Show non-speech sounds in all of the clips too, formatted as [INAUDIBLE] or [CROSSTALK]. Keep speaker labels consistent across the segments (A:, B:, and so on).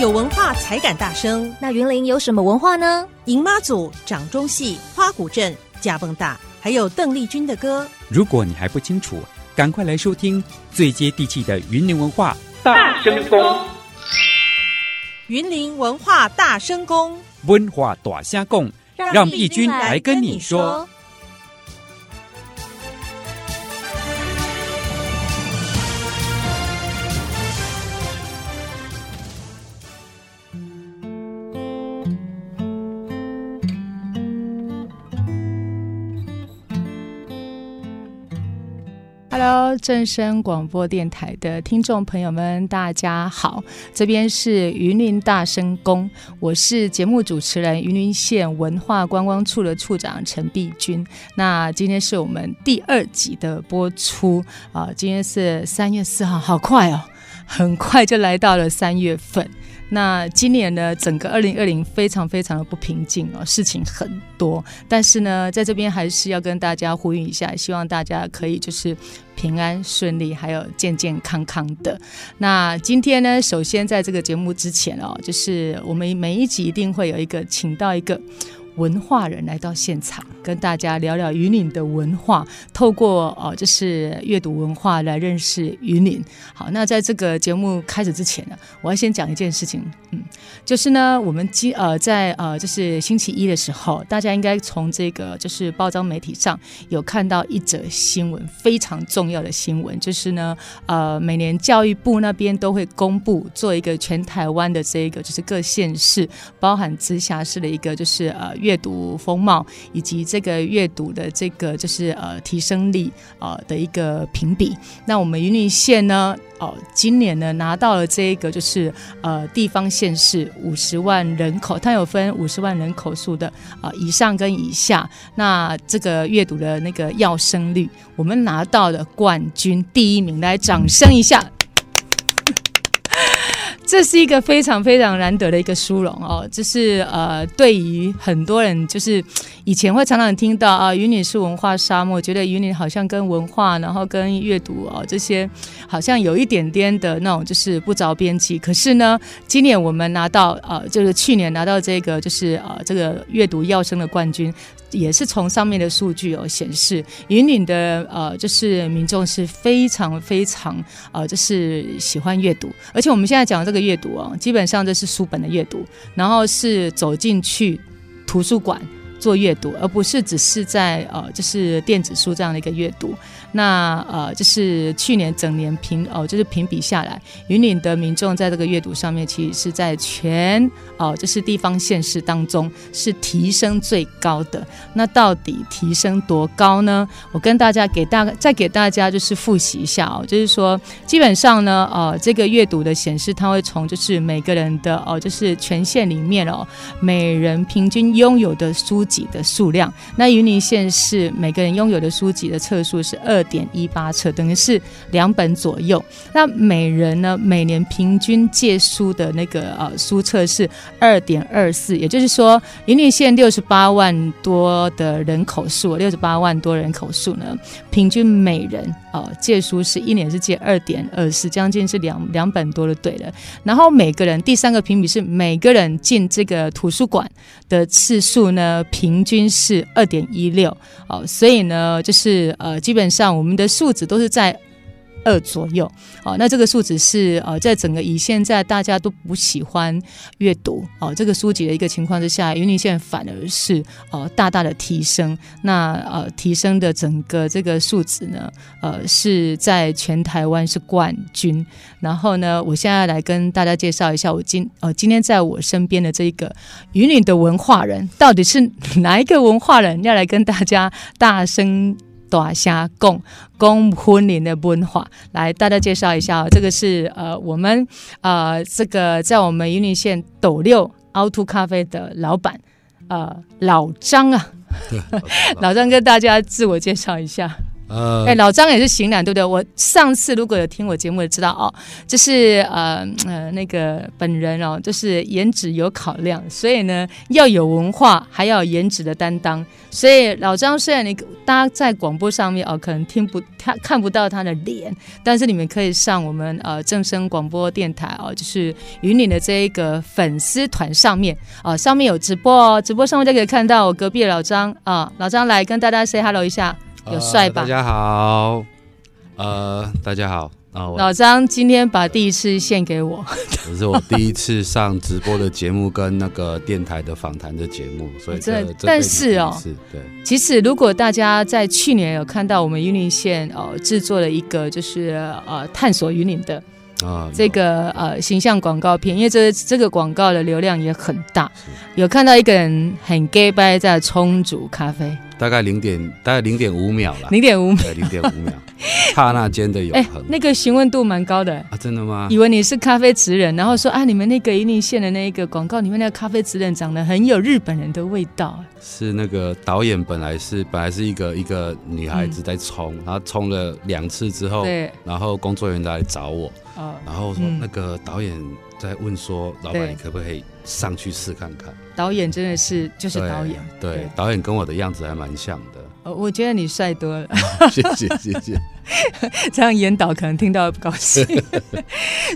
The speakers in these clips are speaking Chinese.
A: 有文化才敢大声。
B: 那云林有什么文化呢？
A: 迎妈祖、掌中戏、花鼓阵、架蹦大，还有邓丽君的歌。
C: 如果你还不清楚，赶快来收听最接地气的云林文化。
D: 大声公，
A: 云林文化大声公，
C: 文化大虾共，让义军来跟你说。
E: Hello，正声广播电台的听众朋友们，大家好，这边是云林大声宫，我是节目主持人，云林县文化观光处的处长陈碧君。那今天是我们第二集的播出啊、今天是三月四号，好快哦，很快就来到了三月份。那今年呢，整个二零二零非常非常的不平静哦，事情很多。但是呢，在这边还是要跟大家呼吁一下，希望大家可以就是平安顺利，还有健健康康的。那今天呢，首先在这个节目之前哦，就是我们每一集一定会有一个请到一个。文化人来到现场，跟大家聊聊云岭的文化，透过哦，就是阅读文化来认识云岭。好，那在这个节目开始之前呢，我要先讲一件事情，嗯，就是呢，我们今呃在呃就是星期一的时候，大家应该从这个就是报章媒体上有看到一则新闻，非常重要的新闻，就是呢，呃，每年教育部那边都会公布做一个全台湾的这个就是各县市，包含直辖市的一个就是呃阅读风貌以及这个阅读的这个就是呃提升力呃的一个评比。那我们云林县呢，哦，今年呢拿到了这个就是呃地方县市五十万人口，它有分五十万人口数的啊、呃以上跟以下。那这个阅读的那个要生率，我们拿到了冠军第一名，来掌声一下。 [LAUGHS] 这是一个非常非常难得的一个殊荣哦，就是呃，对于很多人，就是以前会常常听到啊，云岭是文化沙漠，觉得云岭好像跟文化，然后跟阅读哦这些，好像有一点点的那种就是不着边际。可是呢，今年我们拿到呃，就是去年拿到这个就是呃这个阅读要生的冠军，也是从上面的数据有、显示，云岭的呃就是民众是非常非常呃就是喜欢阅读，而且我们现在讲的这个阅读哦，基本上这是书本的阅读，然后是走进去图书馆。做阅读，而不是只是在呃，就是电子书这样的一个阅读。那呃，就是去年整年评哦、就是评比下来，云岭的民众在这个阅读上面，其实是在全哦、就是地方县市当中是提升最高的。那到底提升多高呢？我跟大家给大再给大家就是复习一下哦，就是说基本上呢，呃，这个阅读的显示，它会从就是每个人的哦、就是权限里面哦，每人平均拥有的书籍的数量。那云林县是每个人拥有的书籍的册数是二点一八册，等于是两本左右。那每人呢，每年平均借书的那个呃书册是二点二四，也就是说，云林县六十八万多的人口数，六十八万多人口数呢，平均每人哦、呃借书是一年是借二点二四，将近是两两本多就对了。然后每个人第三个评比是每个人进这个图书馆的次数呢，平均是二点一六哦，所以呢，就是呃，基本上我们的数值都是在。二左右哦，那这个数值是呃，在整个以现在大家都不喜欢阅读哦这个书籍的一个情况之下，云林县反而是呃大大的提升，那呃提升的整个这个数值呢，呃是在全台湾是冠军，然后呢，我现在来跟大家介绍一下，我今呃今天在我身边的这个云岭的文化人，到底是哪一个文化人要来跟大家大声大虾共共婚礼的文化？来，大家介绍一下、哦，这个是呃我们呃这个在我们云岭县斗六凹凸咖啡的老板 [LAUGHS] 呃老张啊，老张跟大家自我介绍一下。
D: 呃
E: 哎、，老张也是型男，对不对？我上次如果有听我节目的知道哦，就是呃呃那个本人哦，就是颜值有考量，所以呢要有文化，还要有颜值的担当。所以老张虽然你大家在广播上面哦，可能听不他看不到他的脸，但是你们可以上我们呃正声广播电台哦，就是云岭的这一个粉丝团上面啊、哦上面有直播哦，直播上面就可以看到我隔壁的老张啊、老张来跟大家 say hello 一下。有帅吧
D: 呃大家好，呃，大家好，啊，我
E: 老张今天把第一次献给我， [LAUGHS]
D: 这是我第一次上直播的节目跟那个电台的访谈的节目，所以这
E: 真的
D: 这辈子
E: 但是哦
D: 第一次对，
E: 其实，如果大家在去年有看到我们云林县呃制作了一个就是呃探索云林的
D: 啊，
E: 这
D: 有
E: 个呃形象广告片，因为这这个广告的流量也很大
D: 是，
E: 有看到一个人很 gay 掰在冲煮咖啡，
D: 大概零点大概零点五秒啦，
E: 零点五，
D: 对，零点五秒，刹那间的永
E: 哎
D: 恒，。
E: 那个询问度蛮高的。
D: 啊，真的吗？
E: 以为你是咖啡职人，然后说啊，你们那个云林县的那个广告里面那个咖啡职人长得很有日本人的味道，
D: 是那个导演本来是本来是一个一个女孩子在冲，然后冲了两次之后，
E: 嗯对，
D: 然后工作人员来找我，
E: 哦，
D: 然后说
E: 嗯
D: 那个导演在问说，老
E: 对
D: 板你可不可以上去试看看？
E: 导演真的是就是
D: 对
E: 导演，
D: 对
E: 对，
D: 导演跟我的样子还蛮像的， [LAUGHS]
E: 呃，我觉得你帅多了， [LAUGHS]
D: 谢谢谢谢。
E: 这样严导可能听到不高
D: [LAUGHS]
E: 兴。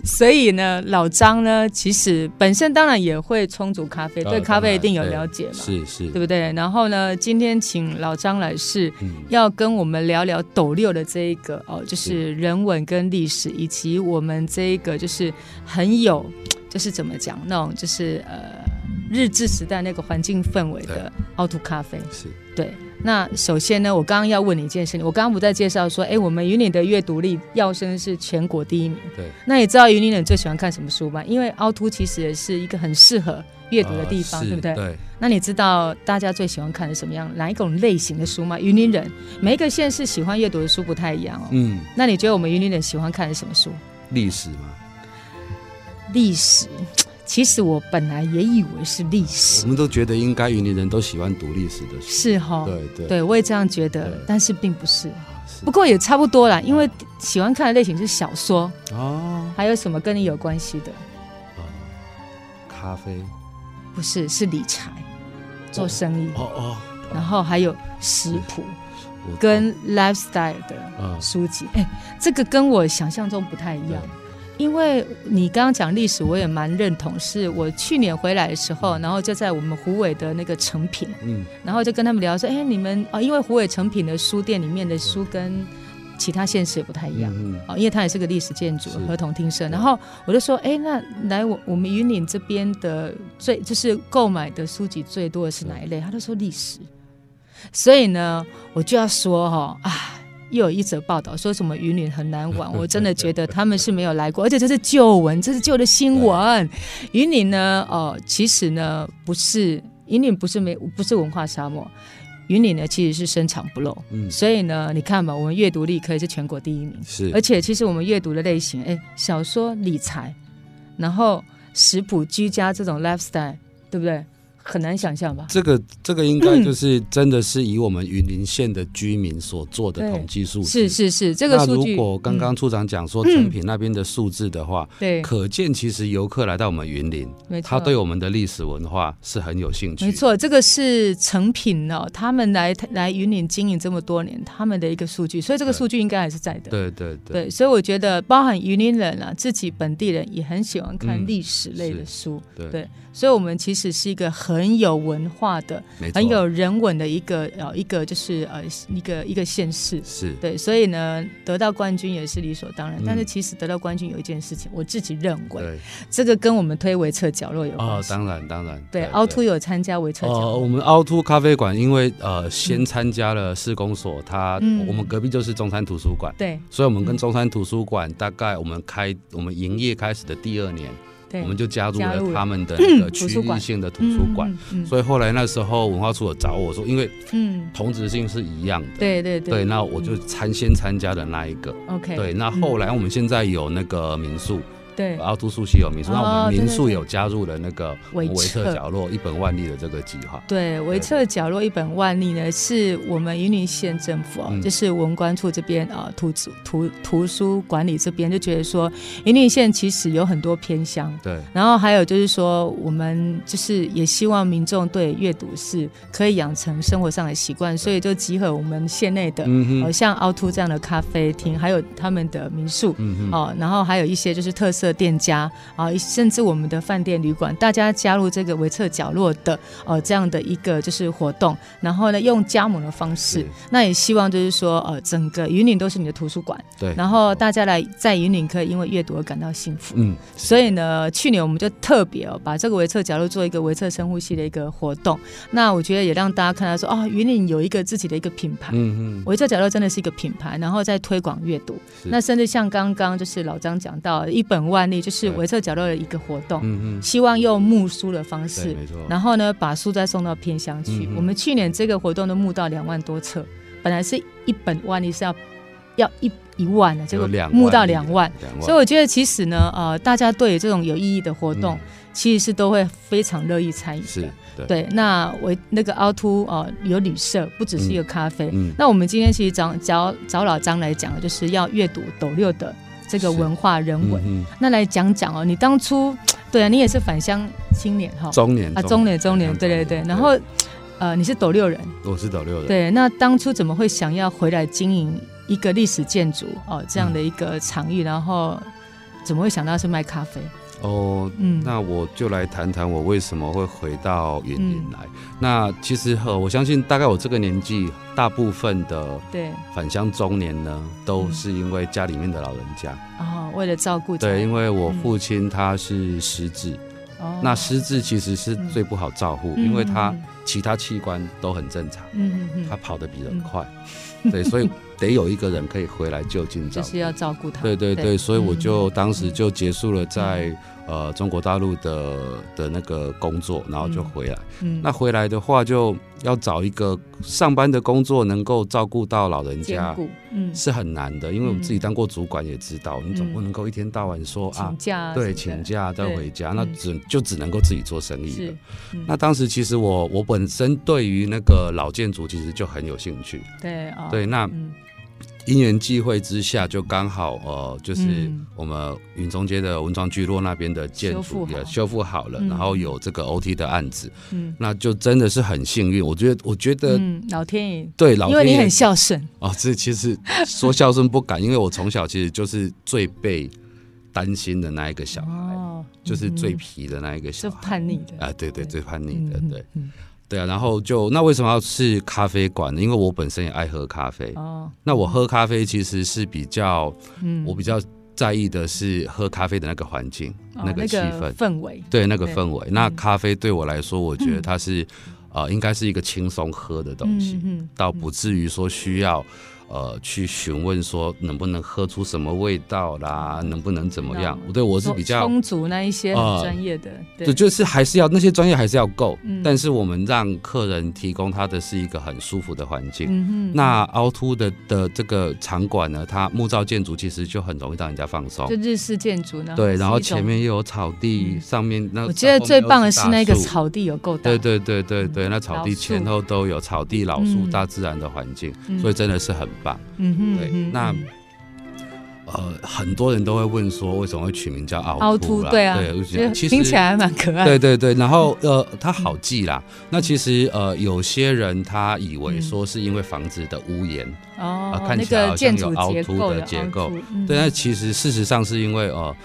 E: 所以呢，老张呢，其实本身当然也会冲煮咖啡，
D: 哦
E: 对咖
D: 当然
E: 啡一定有
D: 对
E: 了解嘛，
D: 是是，
E: [LAUGHS] 对不对？然后呢，今天请老张来是
D: 嗯，
E: 要跟我们聊聊斗六的这一个哦，就是
D: 是
E: 人文跟历史，以及我们这一个就是很有，就是怎么讲那种就是呃日治时代那个环境氛围的
D: 对
E: 凹凸咖啡。
D: 是
E: 对，那首先呢，我刚刚要问你一件事情，我刚刚不在介绍说，哎，我们云岭的阅读力要升是全国第一名。
D: 对。
E: 那也知道云岭人最喜欢看什么书吗？因为凹凸其实也是一个很适合阅读的地方，
D: 呃是
E: 对不对？
D: 对，
E: 那你知道大家最喜欢看的什么样哪一种类型的书吗？云林人每一个县市喜欢阅读的书不太一样哦。
D: 嗯，
E: 那你觉得我们云林人喜欢看的什么书？
D: 历史嘛，
E: 历史。其实我本来也以为是历史
D: 我，们都觉得应该云林人都喜欢读历史的书，
E: 是哈、
D: 嗯对对
E: 哦对，我也这样觉得
D: 对，
E: 但是并不是。
D: 啊是
E: 不过也差不多啦，因为喜欢看的类型是小说，
D: 哦，
E: 还有什么跟你有关系的？
D: 哦咖啡，
E: 不是，是理财、做生意，
D: 哦哦，
E: 然后还有食谱
D: 啊我
E: 跟 lifestyle 的
D: 啊
E: 书籍。哎，这个跟我想象中不太一样。因为你刚刚讲历史，我也蛮认同。是我去年回来的时候，然后就在我们虎尾的那个成品，
D: 嗯，
E: 然后就跟他们聊说，哎，你们哦，因为虎尾成品的书店里面的书跟其他县市也不太一样。
D: 嗯
E: 哦，因为它也是个历史建筑
D: 是，
E: 合同厅舍。
D: 对
E: 然后我就说，哎，那来我我们云岭这边的最就是购买的书籍最多的是哪一类？他就说历史。所以呢，我就要说哈、哦，啊。又有一则报道说什么云岭很难
D: [LAUGHS]
E: 玩，我真的觉得他们是没有来过，而且这是旧闻，这是旧的新闻。云岭呢，哦，其实呢不是云岭不是没不是文化沙漠，云岭呢其实是深藏不露，
D: 嗯
E: 所以呢，你看嘛，我们阅读力可以是全国第一名。
D: 是
E: 而，且其实我们阅读的类型，哎，小说、理财，然后食谱、居家这种 lifestyle，对不对？很难想象吧？
D: 这个这个应该
E: 嗯
D: 就是真的是以我们云林县的居民所做的
E: 对
D: 统计数字。
E: 是是是，这个
D: 那
E: 数
D: 如
E: 据
D: 果刚刚
E: 嗯
D: 处长讲说成品那边的数字的话，
E: 对，
D: 可见其实游客来到我们云林，
E: 没错，
D: 他对我们的历史文化是很有兴趣。
E: 没，错，这个是成品哦，他们来来云岭经营这么多年，他们的一个数据，所以这个
D: 对
E: 数据应该还是在的。
D: 对对对，
E: 对，所以我觉得包含云林人啊，自己本地人也很喜欢看
D: 嗯
E: 历史类的
D: 是
E: 书，
D: 对
E: 对，所以我们其实是一个很有文化的
D: 没错，
E: 很有人文的一个呃一个就是呃一个一个县市。
D: 是
E: 对，所以呢，得到冠军也是理所当然。
D: 嗯
E: 但是其实得到冠军有一件事情，我自己认为，
D: 对
E: 这个跟我们推围侧角落有
D: 哦
E: 关，系。
D: 当然当然，
E: 对，凹凸有参加围侧角
D: 哦，
E: 落，
D: 我们凹凸咖啡馆，因为呃，先参加了市公所，它、
E: 嗯
D: 我们隔壁就是中山图书馆，
E: 对
D: 所以我
E: 嗯
D: 们跟中山图书馆大概我们开我们营业开始的第二年，
E: 对
D: 我，们就加入
E: 加入
D: 了
E: 了 [CLEARS THROAT]
D: 他们的那个
E: 嗯
D: 区
E: 图书馆
D: 域性的图书馆。
E: 嗯，嗯
D: 所以后来那时候文化处有找我说，因为
E: 嗯，
D: 同质性是一样的，
E: 对对
D: 对，那我就参先参加的那一个，
E: 嗯 OK，
D: 对，那后来我们现在有那个民宿，
E: 对
D: 然后住宿系有民宿，那我
E: 哦
D: 们
E: 对
D: 民
E: 对
D: 宿
E: 对
D: 有加入了那个
E: 围
D: 维特
E: 彻
D: 角落一本万利的这个计划。
E: 对，围侧角落一本万利呢，是我们云林县政府啊，
D: 嗯
E: 就是文管处这边啊，图书图图书管理这边就觉得说，云林县其实有很多偏乡，
D: 对，
E: 然后还有就是说，我们就是也希望民众对阅读是可以养成生活上的习惯，所以就集合我们县内的，
D: 嗯
E: 呃，，像凹凸这样的咖啡厅，还有他们的民宿。
D: 嗯哼，
E: 哦，然后还有一些就是特色店家啊，甚至我们的饭店旅馆，大家加入这个围侧角落的呃这样的一个就是活动，然后呢用加盟的方式，那也希望就是说呃整个云岭都是你的图书馆，
D: 对，
E: 然后大家来在云岭可以因为阅读而感到幸福。
D: 嗯，
E: 所以呢，去年我们就特别哦，把这个围侧角落做一个围侧深呼吸的一个活动。那我觉得也让大家看到说，哦，云岭有一个自己的一个品牌。
D: 嗯哼，
E: 围侧角落真的是一个品牌，然后在推广阅读。
D: 是
E: 那甚至像刚刚就是老张讲到的一本万利，就是围侧角落的一个活动，
D: 嗯哼，
E: 希望用募书的方式
D: 对，，没错，
E: 哦然后呢把书再送到偏乡去。
D: 嗯哼
E: 我们去年这个活动都募到两万多册，本来是一本万利是要要一一万的，结
D: 有
E: 果
D: 两
E: 募到
D: 例
E: 两万。，
D: 两
E: 所以我觉得，其实呢，呃，大家对这种有意义的活动，其实是都会非常乐意参与
D: 嗯
E: 的。
D: 是，对，
E: 对。那我那个凹凸呃有旅社，不只是一个咖啡。
D: 嗯，
E: 那我们今天其实找找找老张来讲，就是要阅读斗六的这个
D: 是
E: 文化人文。
D: 嗯
E: 那来讲讲哦，你当初对啊，你也是返乡青年哈、
D: 哼中年
E: 啊，中年中年，对对对。然后呃，你是斗六人，
D: 我是斗六的，
E: 对，那当初怎么会想要回来经营一个历史建筑哦这样的一个场
D: 嗯
E: 域？然后怎么会想到是卖咖啡？
D: 哦，
E: 嗯，
D: 那我就来谈谈我为什么会回到云林
E: 嗯
D: 来。那其实和我相信，大概我这个年纪，大部分的
E: 对，
D: 返乡中年呢，都
E: 嗯
D: 是因为家里面的老人家。
E: 哦，为了照顾家
D: 对，因为我
E: 嗯
D: 父亲他是失智，
E: 哦
D: 那失智其实是最不好照顾，因为他
E: 嗯
D: 其他器官都很正常，
E: 嗯嗯
D: 他
E: 嗯，
D: 跑得比人快， [LAUGHS] 对，所以得有一个人可以回来就近照
E: 就
D: 顾
E: 是。要照顾他，
D: 对对对，所以我就当时
E: 嗯
D: 就结束了在呃中国大陆的的那个工作，然后就回来。
E: 嗯
D: 那回来的话，就要找一个上班的工作，能够照顾到老人
E: 兼
D: 家
E: 顾嗯
D: 是很难的，因为我们自己当过主管也知道，你总不
E: 嗯
D: 能够一天到晚说啊
E: 请，假啊
D: 对，
E: 什么
D: 请
E: 的
D: 假再
E: 对
D: 回家，那
E: 嗯
D: 只就只能够自己做生意了
E: 是。嗯
D: 那当时其实我我本身对于那个老建筑其实就很有兴趣，
E: 对啊
D: 对，哦那
E: 嗯
D: 因缘际会之下，就刚好呃，就是
E: 嗯
D: 我们云中街的文创聚落那边的建
E: 修
D: 筑
E: 复
D: 也
E: 好
D: 修复好了，
E: 嗯
D: 然后有这个 OT 的案子，
E: 嗯
D: 那就真的是很幸运。我觉得，我觉得
E: 嗯，老天爷，
D: 对老
E: 因为
D: 天
E: 你
D: 爷
E: 很孝顺，
D: 哦，这其实说孝顺不敢，因为我从小其实就是最被担心的那一个小孩，
E: 哦，
D: 就是
E: 嗯
D: 最
E: 嗯
D: 皮的那一个小
E: 就
D: 孩。
E: 叛逆的，
D: 啊，对对，
E: 对
D: 最叛逆的，
E: 嗯
D: 对，
E: 嗯
D: 对啊，然后就那为什么要是咖啡馆呢？因为我本身也爱喝咖啡
E: 嗯，哦，
D: 那我喝咖啡其实是比较
E: 嗯
D: 我比较在意的是喝咖啡的那个环境、
E: 哦
D: 那个气氛，
E: 氛围，
D: 对那个
E: 对
D: 氛围。那
E: 嗯
D: 咖啡对我来说，我觉得它是、呃，应该是一个轻松喝的东西，
E: 嗯嗯
D: 倒不至于说需要。呃，去询问说能不能喝出什么味道啦，
E: 嗯
D: 能不能怎么样？对我是比较，
E: 充足那一些很
D: 呃
E: 专业的，
D: 对，就是还是要那些专业还是要够，
E: 嗯
D: 但是我们让客人提供他的是一个很舒服的环境。
E: 嗯哼
D: 那凹凸的的这个场馆呢，它木造建筑其实就很容易让人家放松
E: 就。日式建筑呢，
D: 对，然后
E: 是一种
D: 前面又有草地，
E: 嗯
D: 上面那
E: 我觉得最棒的是那个。
D: 上面又大树
E: 草地有够大，
D: 对对对对对，
E: 嗯
D: 那草
E: 老
D: 地
E: 树
D: 前后都有草地、老树、
E: 嗯
D: 大自然的环境，
E: 嗯
D: 所以真的是很棒。
E: 嗯哼，
D: 对
E: 嗯哼
D: 那
E: 嗯
D: 呃，很多人都会问说，为什么会取名叫凹
E: 凹
D: 凸
E: 凸
D: 啦？
E: 对啊，
D: 对，我觉
E: 就
D: 得其实
E: 听起来还嗯蛮可爱，
D: 对对对，然后呃，它好记啦。那其实呃，有些人他以为说
E: 嗯
D: 是因为房子的屋檐，
E: 哦
D: 啊，看
E: 那
D: 起来
E: 个
D: 好像
E: 建
D: 有
E: 筑
D: 凹
E: 结
D: 凸
E: 构
D: 的
E: 有
D: 结
E: 凹
D: 构
E: 凸，嗯
D: 对，那其实事实上是因为呃，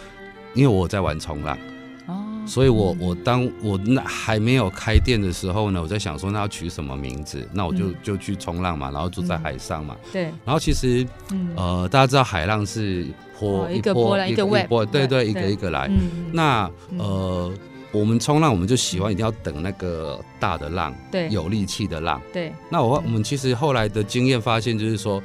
D: 因为我在玩冲浪。
E: 哦，
D: 所以我我当我那还没有开店的时候呢，我在想说那要取什么名字，那我就、
E: 嗯
D: 就去冲浪嘛，然后住在海上嘛，
E: 对，
D: 然后其实
E: 嗯
D: 呃大家知道海浪是坡、
E: 哦一个波
D: 波
E: 浪一
D: 个
E: 个 wave，
D: 波，对对，
E: 对
D: 一个一个来。
E: 嗯
D: 那
E: 嗯
D: 呃我们冲浪我们就喜欢一定要等那个大的浪，
E: 对嗯
D: 有力气的浪。
E: 对，
D: 那我我们其实后来的经验发现就是说。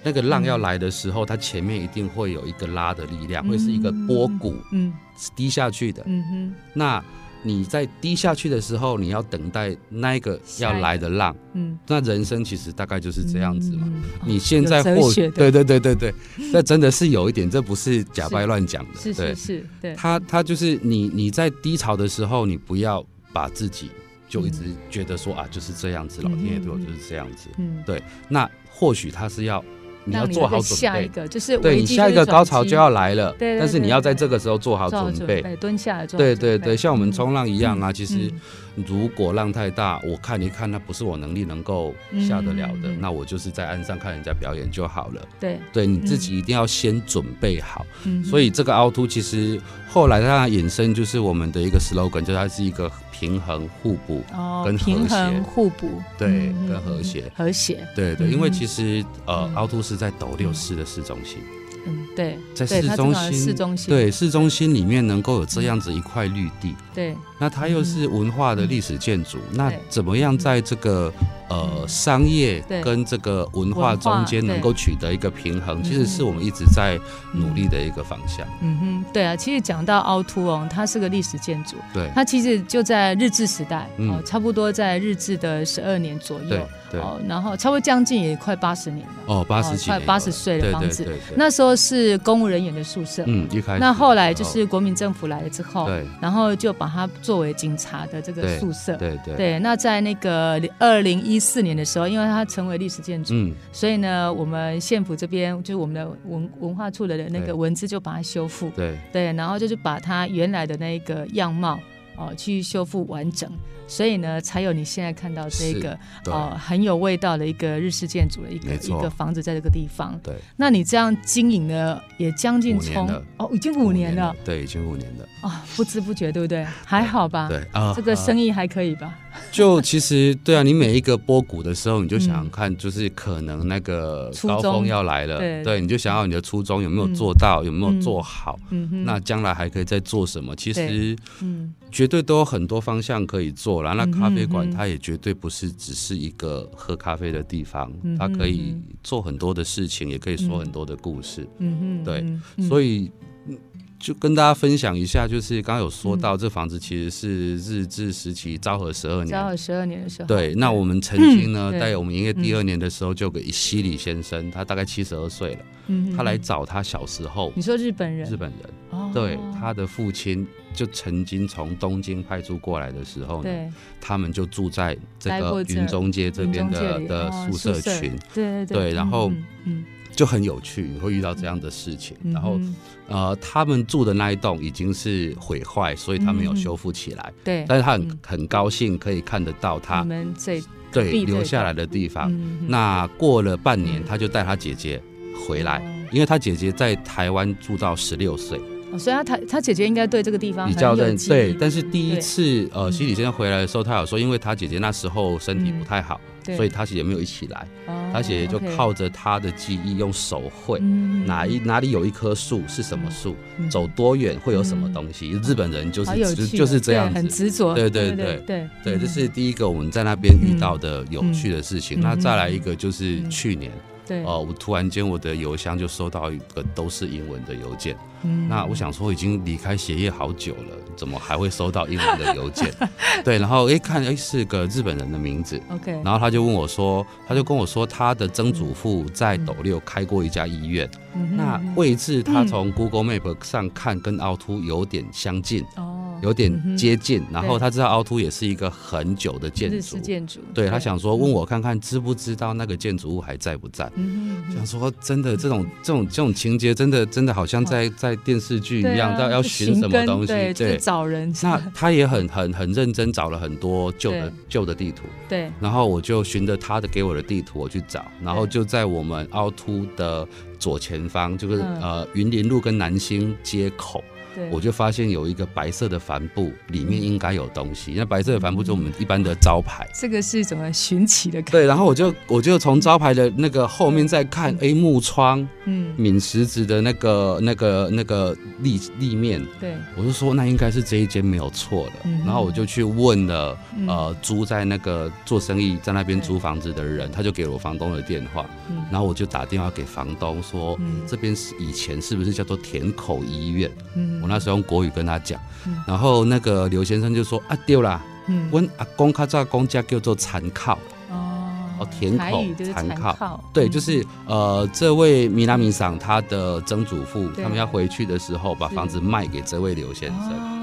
D: 那个浪要来的时候，它前面一定会有一个拉的力量，会是一个波谷
E: 嗯
D: 是低下去的。
E: 嗯哼，
D: 那你在低下去的时候，你要等待那一个要来的浪。
E: 嗯，
D: 那人生其实大概就是这样子嘛。
E: 嗯。哦
D: 你现在
E: 有哲
D: 或
E: 学的
D: 对对对对对，那真的是有一点，这
E: [LAUGHS]
D: 不是假掰
E: 是
D: 乱讲的。
E: 是是
D: 对
E: 是，对，
D: 他他就是你你在低潮的时候，你不要把自己就一直觉得说、啊就是这样子，老天爷对我就是这样子。
E: 嗯，
D: 对，那或许他是要你要
E: 让
D: 做
E: 再
D: 好准
E: 下一
D: 备，
E: 个就是
D: 对
E: 危
D: 你
E: 机
D: 下一
E: 是
D: 个高
E: 转
D: 潮
E: 机
D: 就要来了，
E: 对对
D: 但是你
E: 对
D: 要在
E: 对
D: 这个时候做好
E: 做好
D: 准备。
E: 蹲下来做好
D: 对
E: 准
D: 对
E: 备
D: 对，像我们
E: 嗯
D: 冲浪一样啊，其实
E: 嗯
D: 如果浪太大，我看一看，那不是我能力能够下得了的，
E: 嗯嗯嗯
D: 那我就是在岸上看人家表演就好了。
E: 对，
D: 对，你自己一定要先准备好。
E: 嗯
D: 所以这个凹凸其实后来它衍生就是我们的一个 slogan，就是它是一个平衡互补，
E: 哦
D: 跟和
E: 平
D: 谐
E: 衡互补，
D: 对
E: 嗯嗯
D: 跟
E: 嗯
D: 和
E: 嗯
D: 谐
E: 和谐，
D: 对对，
E: 嗯
D: 因为其实呃
E: 嗯
D: 凹凸是在斗六市的市中心，
E: 嗯，对，
D: 在
E: 对
D: 市
E: 它
D: 中
E: 正好
D: 心，
E: 是市中心，
D: 对市中心里面能够有这样子一块绿地，
E: 对，
D: 那它又是文化的历史建筑，那
E: 嗯对嗯
D: 怎么样在这个呃商业
E: 对
D: 跟这个文化中间
E: 文化
D: 能够取得一个平衡，
E: 嗯
D: 其实是我们一直在努力的一个方向。
E: 嗯哼，对啊，其实讲到凹凸哦，它是个历史建筑，
D: 对
E: 它其实就在日治时代，
D: 嗯
E: 哦，差不多在日治的十二年左
D: 对
E: 右，
D: 对
E: 哦，然后差不多将近也快八十年了。
D: 哦，八十几
E: 快
D: 年有了
E: 80岁的
D: 对
E: 房子
D: 对对对
E: 那时候是公务人员的宿舍，
D: 嗯一开始
E: 那后来就是哦国民政府来了之后，
D: 对
E: 然后就把它作为警察的这个
D: 对
E: 宿舍。
D: 对对
E: 对，那在那个二零一四年的时候，因为它成为历史建筑，
D: 嗯
E: 所以呢，我们县府这边就是我们的文文化处的那
D: 对
E: 个文字就把它修复，
D: 对
E: 对，然后就是把它原来的那个样貌哦去修复完整，所以呢，才有你现在看到这
D: 是
E: 个
D: 对
E: 哦很有味道的一个日式建筑的一个
D: 没
E: 一
D: 错
E: 个房子在这个地方。
D: 对，
E: 那你这样经营了也将近
D: 五年
E: 从
D: 了
E: 哦已经五年了，
D: 对已经五年了，
E: 啊、不知不觉对不对？还好吧，
D: 对啊
E: 这个
D: 啊
E: 生意还可以吧？
D: 就其实对啊，你每一个波谷的时候，你就想想看，就是可能那个
E: 嗯初
D: 高
E: 衷
D: 峰要来了，
E: 对
D: 你就想要你的初衷有没有
E: 嗯
D: 做到，有没有
E: 嗯
D: 做好，
E: 嗯哼，
D: 那将来还可以再做什么？其实
E: 嗯
D: 绝对都有很多方向可以做啦。那
E: 嗯哼
D: 咖啡馆
E: 嗯哼
D: 它也绝对不是只是一个喝咖啡的地方，
E: 嗯哼
D: 它可以
E: 嗯
D: 做很多的事情，也可以说
E: 嗯
D: 很多的故事。
E: 嗯哼，
D: 对
E: 嗯嗯
D: 所以嗯就跟大家分享一下，就是刚刚有说
E: 嗯
D: 到，这房子其实是日治时期昭和十
E: 交
D: 二年。
E: 了十二年的时候，
D: 对，那我们曾经呢，
E: 对
D: 在我们营业第二年的时候，就有个西里先生，他大概七十二岁了，
E: 嗯哼
D: 他来找他小时候
E: 你说日本人，
D: 日本人，
E: 哦
D: 对他的父亲就曾经从东京派驻过来的时候呢，
E: 对
D: 他们就住在这
E: 待
D: 个
E: 过这
D: 云中街这边
E: 云中
D: 的
E: 街里
D: 的
E: 哦
D: 宿舍
E: 宿舍
D: 群，
E: 对对
D: 对然后
E: 嗯嗯
D: 就很有趣，你会遇到这样的事情，
E: 嗯
D: 然后
E: 嗯
D: 呃，他们住的那一栋已经是毁坏，所以他没有修复起来。
E: 对，
D: 但是他很、
E: 嗯
D: 很高兴可以看得到
E: 你
D: 他
E: 们这
D: 对
E: 壁对
D: 留下来的地方。
E: 嗯嗯
D: 那过了半年，
E: 嗯
D: 他就带他姐姐回来，
E: 哦
D: 因为他姐姐在台湾住到十六岁，
E: 哦所以他他他姐姐应该对这个地方
D: 比较
E: 啊很有
D: 认
E: 记忆
D: 对。但是第一
E: 对
D: 次呃，
E: 嗯
D: 西里先生回来的时候，他有说，因为他姐姐那时候身体不太好，
E: 对
D: 所以他姐姐没有一起来，
E: 哦
D: 他姐姐就
E: OK
D: 靠着他的记忆用手绘。
E: 嗯
D: 哪一哪里有一棵树是什么树，
E: 嗯
D: 走多远会有什么东西。日本人就
E: 好有
D: 是
E: 趣
D: 就
E: 哦
D: 就是这样
E: 对很
D: 子。
E: 执着，
D: 对对
E: 对
D: 对
E: 对
D: 对，
E: 嗯
D: 这是第一个我们在那边遇到的有趣的事
E: 嗯
D: 情。那再来一个就是去年
E: 对
D: 哦，我突然间我的邮箱就收到一个都是英文的邮件。
E: 嗯
D: 那我想说已经离开协业好久了，怎么还会收到英文的邮件？ [LAUGHS] 对，然后诶看诶是个日本人的名字，
E: OK，
D: 然后他就问我说，他就跟我说他的曾祖父在斗六开过一家医院。
E: 嗯哼
D: 那
E: 嗯哼
D: 位置它从 Google Map 上看跟凹凸有点相近，
E: 哦
D: 有
E: 嗯
D: 点
E: 哼
D: 接近。然后他知道凹凸也是一个很久的建
E: 日
D: 筑
E: 式，建筑，
D: 对他想说问我看看知不知道那个建筑物还在不在。
E: 嗯哼嗯哼
D: 想说真的，这种这种这种情节，真的真的好像在在电视剧一
E: 嗯对
D: 样，
E: 啊
D: 要要
E: 就
D: 寻什么
E: 根
D: 东西
E: 对，。去找人，
D: 那他也很很很认真找了很多旧的
E: 对
D: 旧的地图，
E: 对
D: 然后我就循着他的给我的地图我去找，然后就在我们凹凸的左前方，就是、
E: 嗯
D: 呃云林路跟南兴街口，
E: 对，嗯
D: 我就发现有一个白色的帆布，里面应该有东西。那白色的帆布就是我们一般的招牌。
E: 这个是怎么寻奇的感觉？
D: 对，然后我就我就从招牌的那个后面再看，哎，木窗
E: 嗯，
D: 抿食指的那个那个那个立立面，
E: 对，
D: 我就说那应该是这一间没有错的。
E: 嗯
D: 然后我就去问了，
E: 嗯
D: 呃，租在那个做生意在那边租房子的人，
E: 对
D: 他就给了我房东的电话，
E: 嗯
D: 然后我就打电话给房东说，
E: 嗯
D: 这边是以前是不是叫做田口医院？
E: 嗯嗯
D: 我那时候用国语跟他讲，
E: 嗯
D: 然后那个刘先生就说啊丢啦，
E: 嗯
D: 温阿公他这公家叫做残靠，
E: 哦
D: 哦甜口
E: 台语就是
D: 残
E: 残
D: 靠
E: 靠，
D: 对，
E: 嗯
D: 就是呃这位米拉米桑他的曾祖父，
E: 对
D: 他们要回去的时候把
E: 是
D: 房子卖给这位刘先生，
E: 哦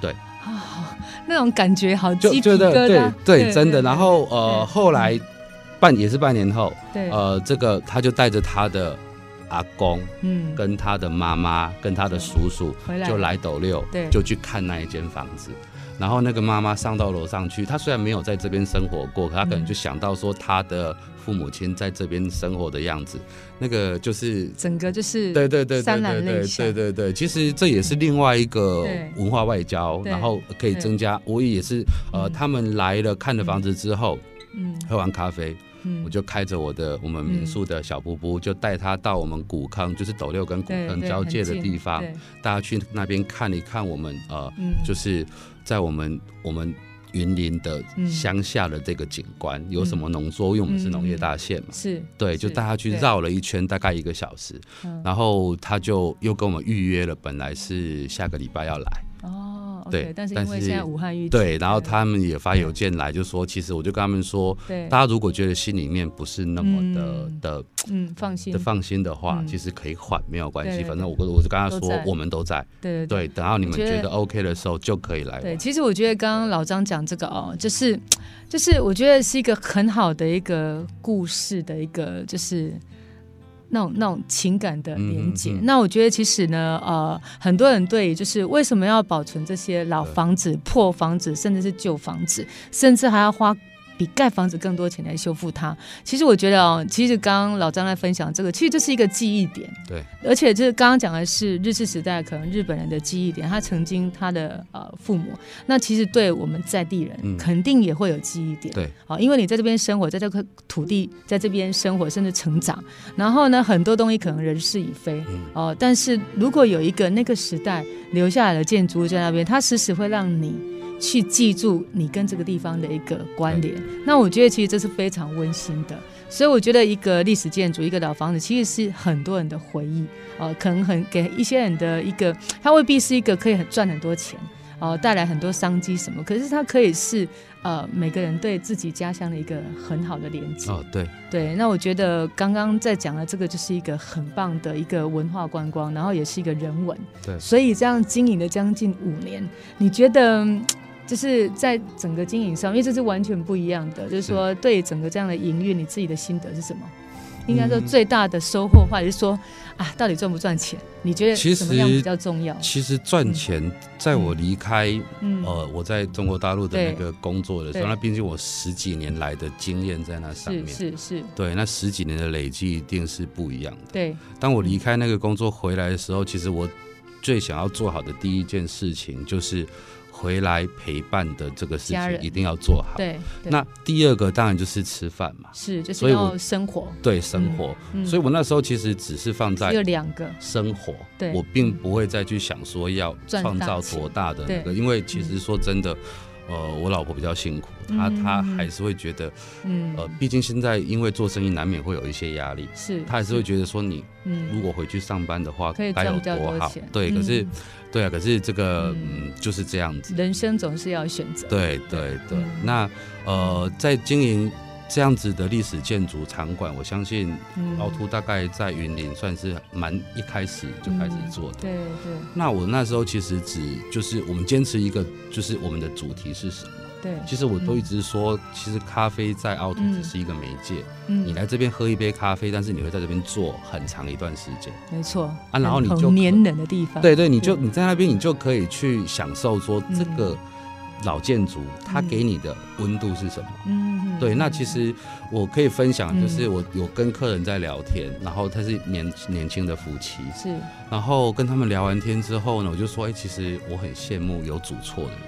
D: 对
E: 啊，那种感觉好
D: 就
E: 鸡皮
D: 觉
E: 疙
D: 得对
E: 瘩，
D: 对真的，然后呃
E: 对
D: 后来半也是半年后，
E: 对，
D: 呃这个他就带着他的阿公
E: 嗯，
D: 跟他的妈妈跟他的叔叔
E: 回来
D: 就来斗六，
E: 对
D: 就去看那一间房子。然后那个妈妈上到楼上去，她虽然没有在这边生活过，可她可能就想到说她的父母亲在这边生活的样子，那个就是。
E: 整个就是
D: 对对对对
E: 潸然
D: 对
E: 泪
D: 对
E: 下
D: 对对对，其实这也是另外一个
E: 对
D: 文化外交，
E: 对
D: 然后可以
E: 对
D: 增加。我也是呃，
E: 嗯
D: 他们来了看了房子之后，
E: 嗯
D: 喝完咖啡，
E: 嗯，
D: 我就开着我的我们民宿的小布布，就带他到我们古坑，就是斗六跟古
E: 对
D: 坑
E: 对
D: 交界的
E: 很近
D: 地方，
E: 对
D: 大家去那边看一看我们呃，
E: 嗯
D: 就是在我们我们云林的
E: 嗯
D: 乡下的这个景观、有什么农作物，因为我们是农业大县嘛。
E: 是
D: 对，
E: 嗯是
D: 就带他去
E: 对
D: 绕了一圈，大概一个小时，
E: 嗯
D: 然后他就又跟我们预约了，本来是下个礼拜要来，
E: 哦，OK，
D: 对
E: 但是
D: 但
E: 因为
D: 是
E: 现在武汉疫情，
D: 对，然后他们也发邮件来，就说其实我就跟他们说，
E: 对，
D: 大家如果觉得心里面不是那么的、
E: 嗯
D: 的
E: 嗯放心
D: 的，放心的话，
E: 嗯
D: 其实可以缓，没有关
E: 对
D: 系。
E: 对
D: 反正我我就跟他
E: 都
D: 说
E: 在，
D: 我们都在。
E: 对对
D: 对，等到你们
E: 我觉得
D: 觉得 OK 的时候，就可以来
E: 对，
D: 玩。嗯
E: 其实我觉得刚刚老张讲这个哦，就是就是我觉得是一个很好的一个故事的一个就是。那种那种情感的连接，
D: 嗯嗯嗯
E: 那我觉得其实呢，呃，很多人对于就是为什么要保存这些老房子、破房子，甚至是旧房子，甚至还要花比盖房子更多钱来修复它。其实我觉得哦，其实刚刚老张在分享这个，其实这是一个记忆点。
D: 对，
E: 而且就是刚刚讲的是日治时代，可能日本人的记忆点，他曾经他的呃父母，那其实对我们在地人
D: 嗯
E: 肯定也会有记忆点。
D: 对，
E: 好、因为你在这边生活，在这块土地，在这边生活甚至成长，然后呢，很多东西可能人事已非。
D: 嗯，
E: 哦，但是如果有一个那个时代留下来的建筑物在那边，它时时会让你去记住你跟这个地方的一个关联。那我觉得其实这是非常温馨的。所以我觉得一个历史建筑、一个老房子，其实是很多人的回忆，呃，可能很给一些人的一个，它未必是一个可以很赚很多钱，呃，带来很多商机什么，可是它可以是呃每个人对自己家乡的一个很好的连接。
D: 哦，对，
E: 对，那我觉得刚刚在讲的这个就是一个很棒的一个文化观光，然后也是一个人文。
D: 对
E: 所以这样经营了将近五年，你觉得嗯就是在整个经营上，因为这是完全不一样的，就是说对整个这样的营运，你自己的心得是什么？应该
D: 嗯
E: 说最大的收获，或者是说啊，到底赚不赚钱？你觉得
D: 其
E: 什么样
D: 实
E: 比较重要？
D: 其实赚钱，在我离开
E: 嗯，
D: 呃我在中国大陆的
E: 对
D: 那个工作的时候，
E: 对
D: 那毕竟我十几年来的经验在那上
E: 是
D: 面。
E: 是是，
D: 对，那十几年的累积一定是不一样的。
E: 对，
D: 当我离开那个工作回来的时候，其实我最想要做好的第一件事情就是回来陪伴的这个事
E: 家
D: 情
E: 人
D: 一定要做好。
E: 对，对
D: 那第二个当然就是吃饭嘛，
E: 是就是
D: 所以我
E: 要生活，
D: 对生活。
E: 嗯，
D: 所以我那时候其实只是放在
E: 只有两个，
D: 生活，
E: 对
D: 我并不会再去想说要
E: 赚
D: 创
E: 大
D: 造
E: 钱
D: 多大的那个，
E: 对
D: 因为其实说真的，呃，我老婆比较辛苦，她
E: 嗯
D: 她还是会觉得，
E: 嗯，
D: 呃，毕竟现在因为做生意难免会有一些压力，
E: 是，
D: 她还是会觉得说你
E: 嗯
D: 如果回去上班的话，
E: 可以
D: 该
E: 赚
D: 有
E: 比较
D: 多
E: 多
D: 好
E: 钱，
D: 对，可是
E: 嗯
D: 对啊，可是这个
E: 嗯
D: 嗯就是这样子，
E: 人生总是要选择。
D: 对对对
E: 嗯，
D: 那呃，在经营这样子的历史建筑场馆，我相信
E: 嗯
D: 凹凸大概在云林算是蛮一开始就开始做的。
E: 对对
D: 那我那时候其实只就是我们坚持一个，就是我们的主题是什么？
E: 对，
D: 其实我都一直说，其实咖啡在凹凸
E: 嗯
D: 只是一个媒介，
E: 嗯
D: 你来这边喝一杯咖啡，但是你会在这边坐很长一段时间。
E: 没错
D: 啊然后你就
E: 很黏人的地方。
D: 对对，你就
E: 对
D: 你在那边，你就可以去享受说
E: 嗯
D: 这个老建筑它给你的温度是什么。
E: 嗯，嗯
D: 对，那其实我可以分享，
E: 嗯
D: 就是我有跟客人在聊天，然后他是年年轻的夫妻，
E: 是
D: 然后跟他们聊完天之后呢，我就说，哎、其实我很羡慕有主错的人，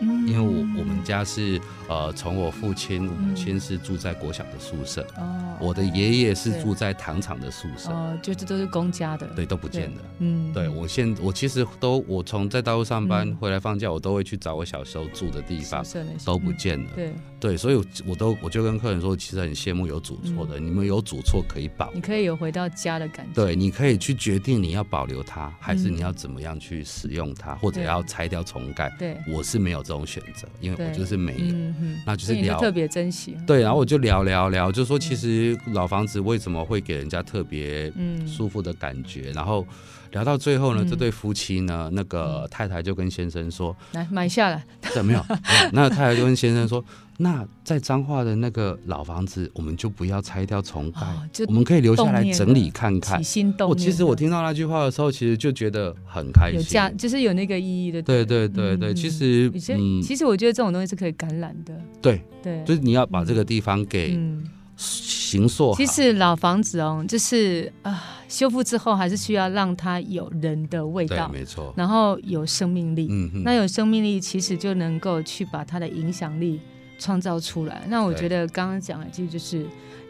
E: 嗯
D: 因为我我们家是呃，从我父亲、母亲是住在国小的宿舍，
E: 哦
D: 我的爷爷是
E: 对
D: 住在糖厂的宿舍，
E: 哦，就这都是公家的，，
D: 对，都不见了。
E: 嗯，
D: 对我现我其实都我从在大陆上班
E: 嗯
D: 回来放假，我都会去找我小时候住的地
E: 宿
D: 方，
E: 舍那些
D: 都不
E: 嗯
D: 见了。
E: 对，
D: 对，所以我我都我就跟客人说，其实很羡慕有主错
E: 嗯
D: 的，你们有主错可以保
E: 你。可以有回到家的感觉，
D: 对，你可以去决定你要保留它，还是
E: 嗯
D: 你要怎么样去使用它，或者
E: 对
D: 要拆掉重盖。
E: 对，
D: 我是没有这种选择，因为我
E: 对
D: 就是没有。
E: 嗯哼，
D: 那就是
E: 所以你就
D: 聊
E: 特别珍惜，
D: 对，然后我就聊聊聊，就说其实老房子为什么会给人家特别
E: 嗯，
D: 舒服的感觉。然后聊到最后呢，
E: 嗯
D: 这对夫妻呢，那个太太就跟先生说，
E: 来买下来，
D: 这没有， [LAUGHS] 没有那太太就跟先生说，那在彰化的那个老房子，我们就不要拆掉重盖，
E: 哦就
D: 我们可以留下来
E: 动念了
D: 整理看看
E: 起。心动
D: 我
E: 念的。
D: 哦其实我听到那句话的时候，其实就觉得很开
E: 嗯有
D: 心
E: 价，。就是有那个意义的。
D: 对对对对，
E: 嗯
D: 其实
E: 有些
D: 嗯，
E: 其实我觉得这种东西是可以感染的，
D: 对，
E: 对，
D: 就是你要把这个地方给
E: 嗯，
D: 形塑好。
E: 其实老房子哦，就是啊，修复之后还是需要让它有人的味
D: 对，
E: 道，
D: 没错。
E: 然后有生命力。
D: 嗯嗯
E: 那有生命力，其实就能够去把它的影响力创造出来。那我觉得刚刚讲的，其实就是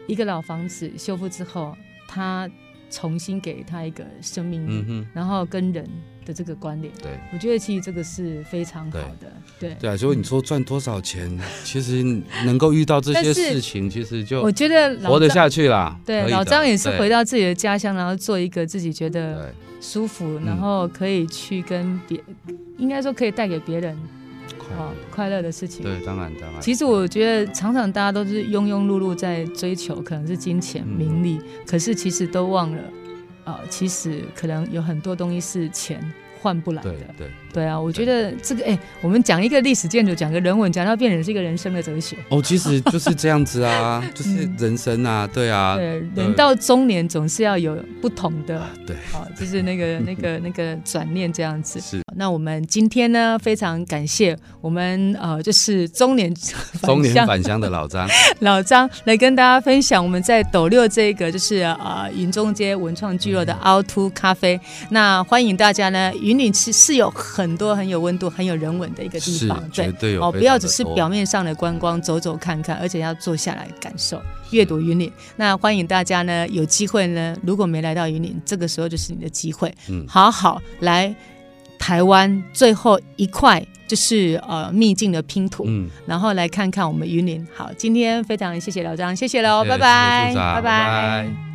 E: 一个老房子修复之后，它重新给它一个生命力，
D: 嗯哼，
E: 然后跟人的这个关联，
D: 对。
E: 我觉得其实这个是非常好的，对。
D: 对啊，所以你说赚多少钱，其实能够遇到这些
E: 但是
D: 事情，其实就
E: 我觉得老
D: 活得
E: 张
D: 下去啦。可
E: 对
D: 以
E: 老
D: 的
E: 张也是
D: 对
E: 回到自己的家乡，然后做一个自己觉得
D: 对嗯
E: 舒服，然后可以去跟别，应该说可以带给别人
D: 快
E: 哦
D: 乐。
E: 快乐的事情。
D: 对，当然当然。
E: 其实我觉得常常大家都是庸庸碌碌在追求，可能是金钱、
D: 嗯
E: 名利，可是其实都忘了，啊、其实可能有很多东西是钱换不来的
D: 对。对，
E: 对啊，我觉得这个哎、我们讲一个历史建筑，讲个人文，讲到变成是一个人生的哲学。
D: 哦，其实就是这样子啊，就是
E: 嗯
D: 人生啊，对啊，
E: 对，人到中年总是要有不同的，
D: 对，
E: 好，就是那
D: [LAUGHS]
E: 个那个那个转念这样子。
D: 是
E: 那我们今天呢，非常感谢我们呃，就是中年
D: 中
E: 返
D: 年
E: 乡
D: 返乡的老张，
E: [LAUGHS] 老张来跟大家分享我们在斗六这个就是呃云中街文创聚落
D: 嗯
E: 的凹凸咖啡。那欢迎大家呢，云岭是是有很多很有温度、很有人文的一个地
D: 是
E: 方，
D: 绝对有
E: 哦，
D: 非
E: 不要
D: 常
E: 只
D: 的
E: 是
D: 多
E: 表面上的观光，走走看看，而且要坐下来感受、阅读云岭。那欢迎大家呢，有机会呢，如果没来到云岭，这个时候就是你的机会，
D: 嗯
E: 好好来台湾最后一块就是呃秘境的拼图，
D: 嗯，
E: 然后来看看我们云林。好，今天非常谢谢老张，谢谢喽，
D: 谢
E: 拜
D: 谢
E: 拜，
D: 谢谢处长拜拜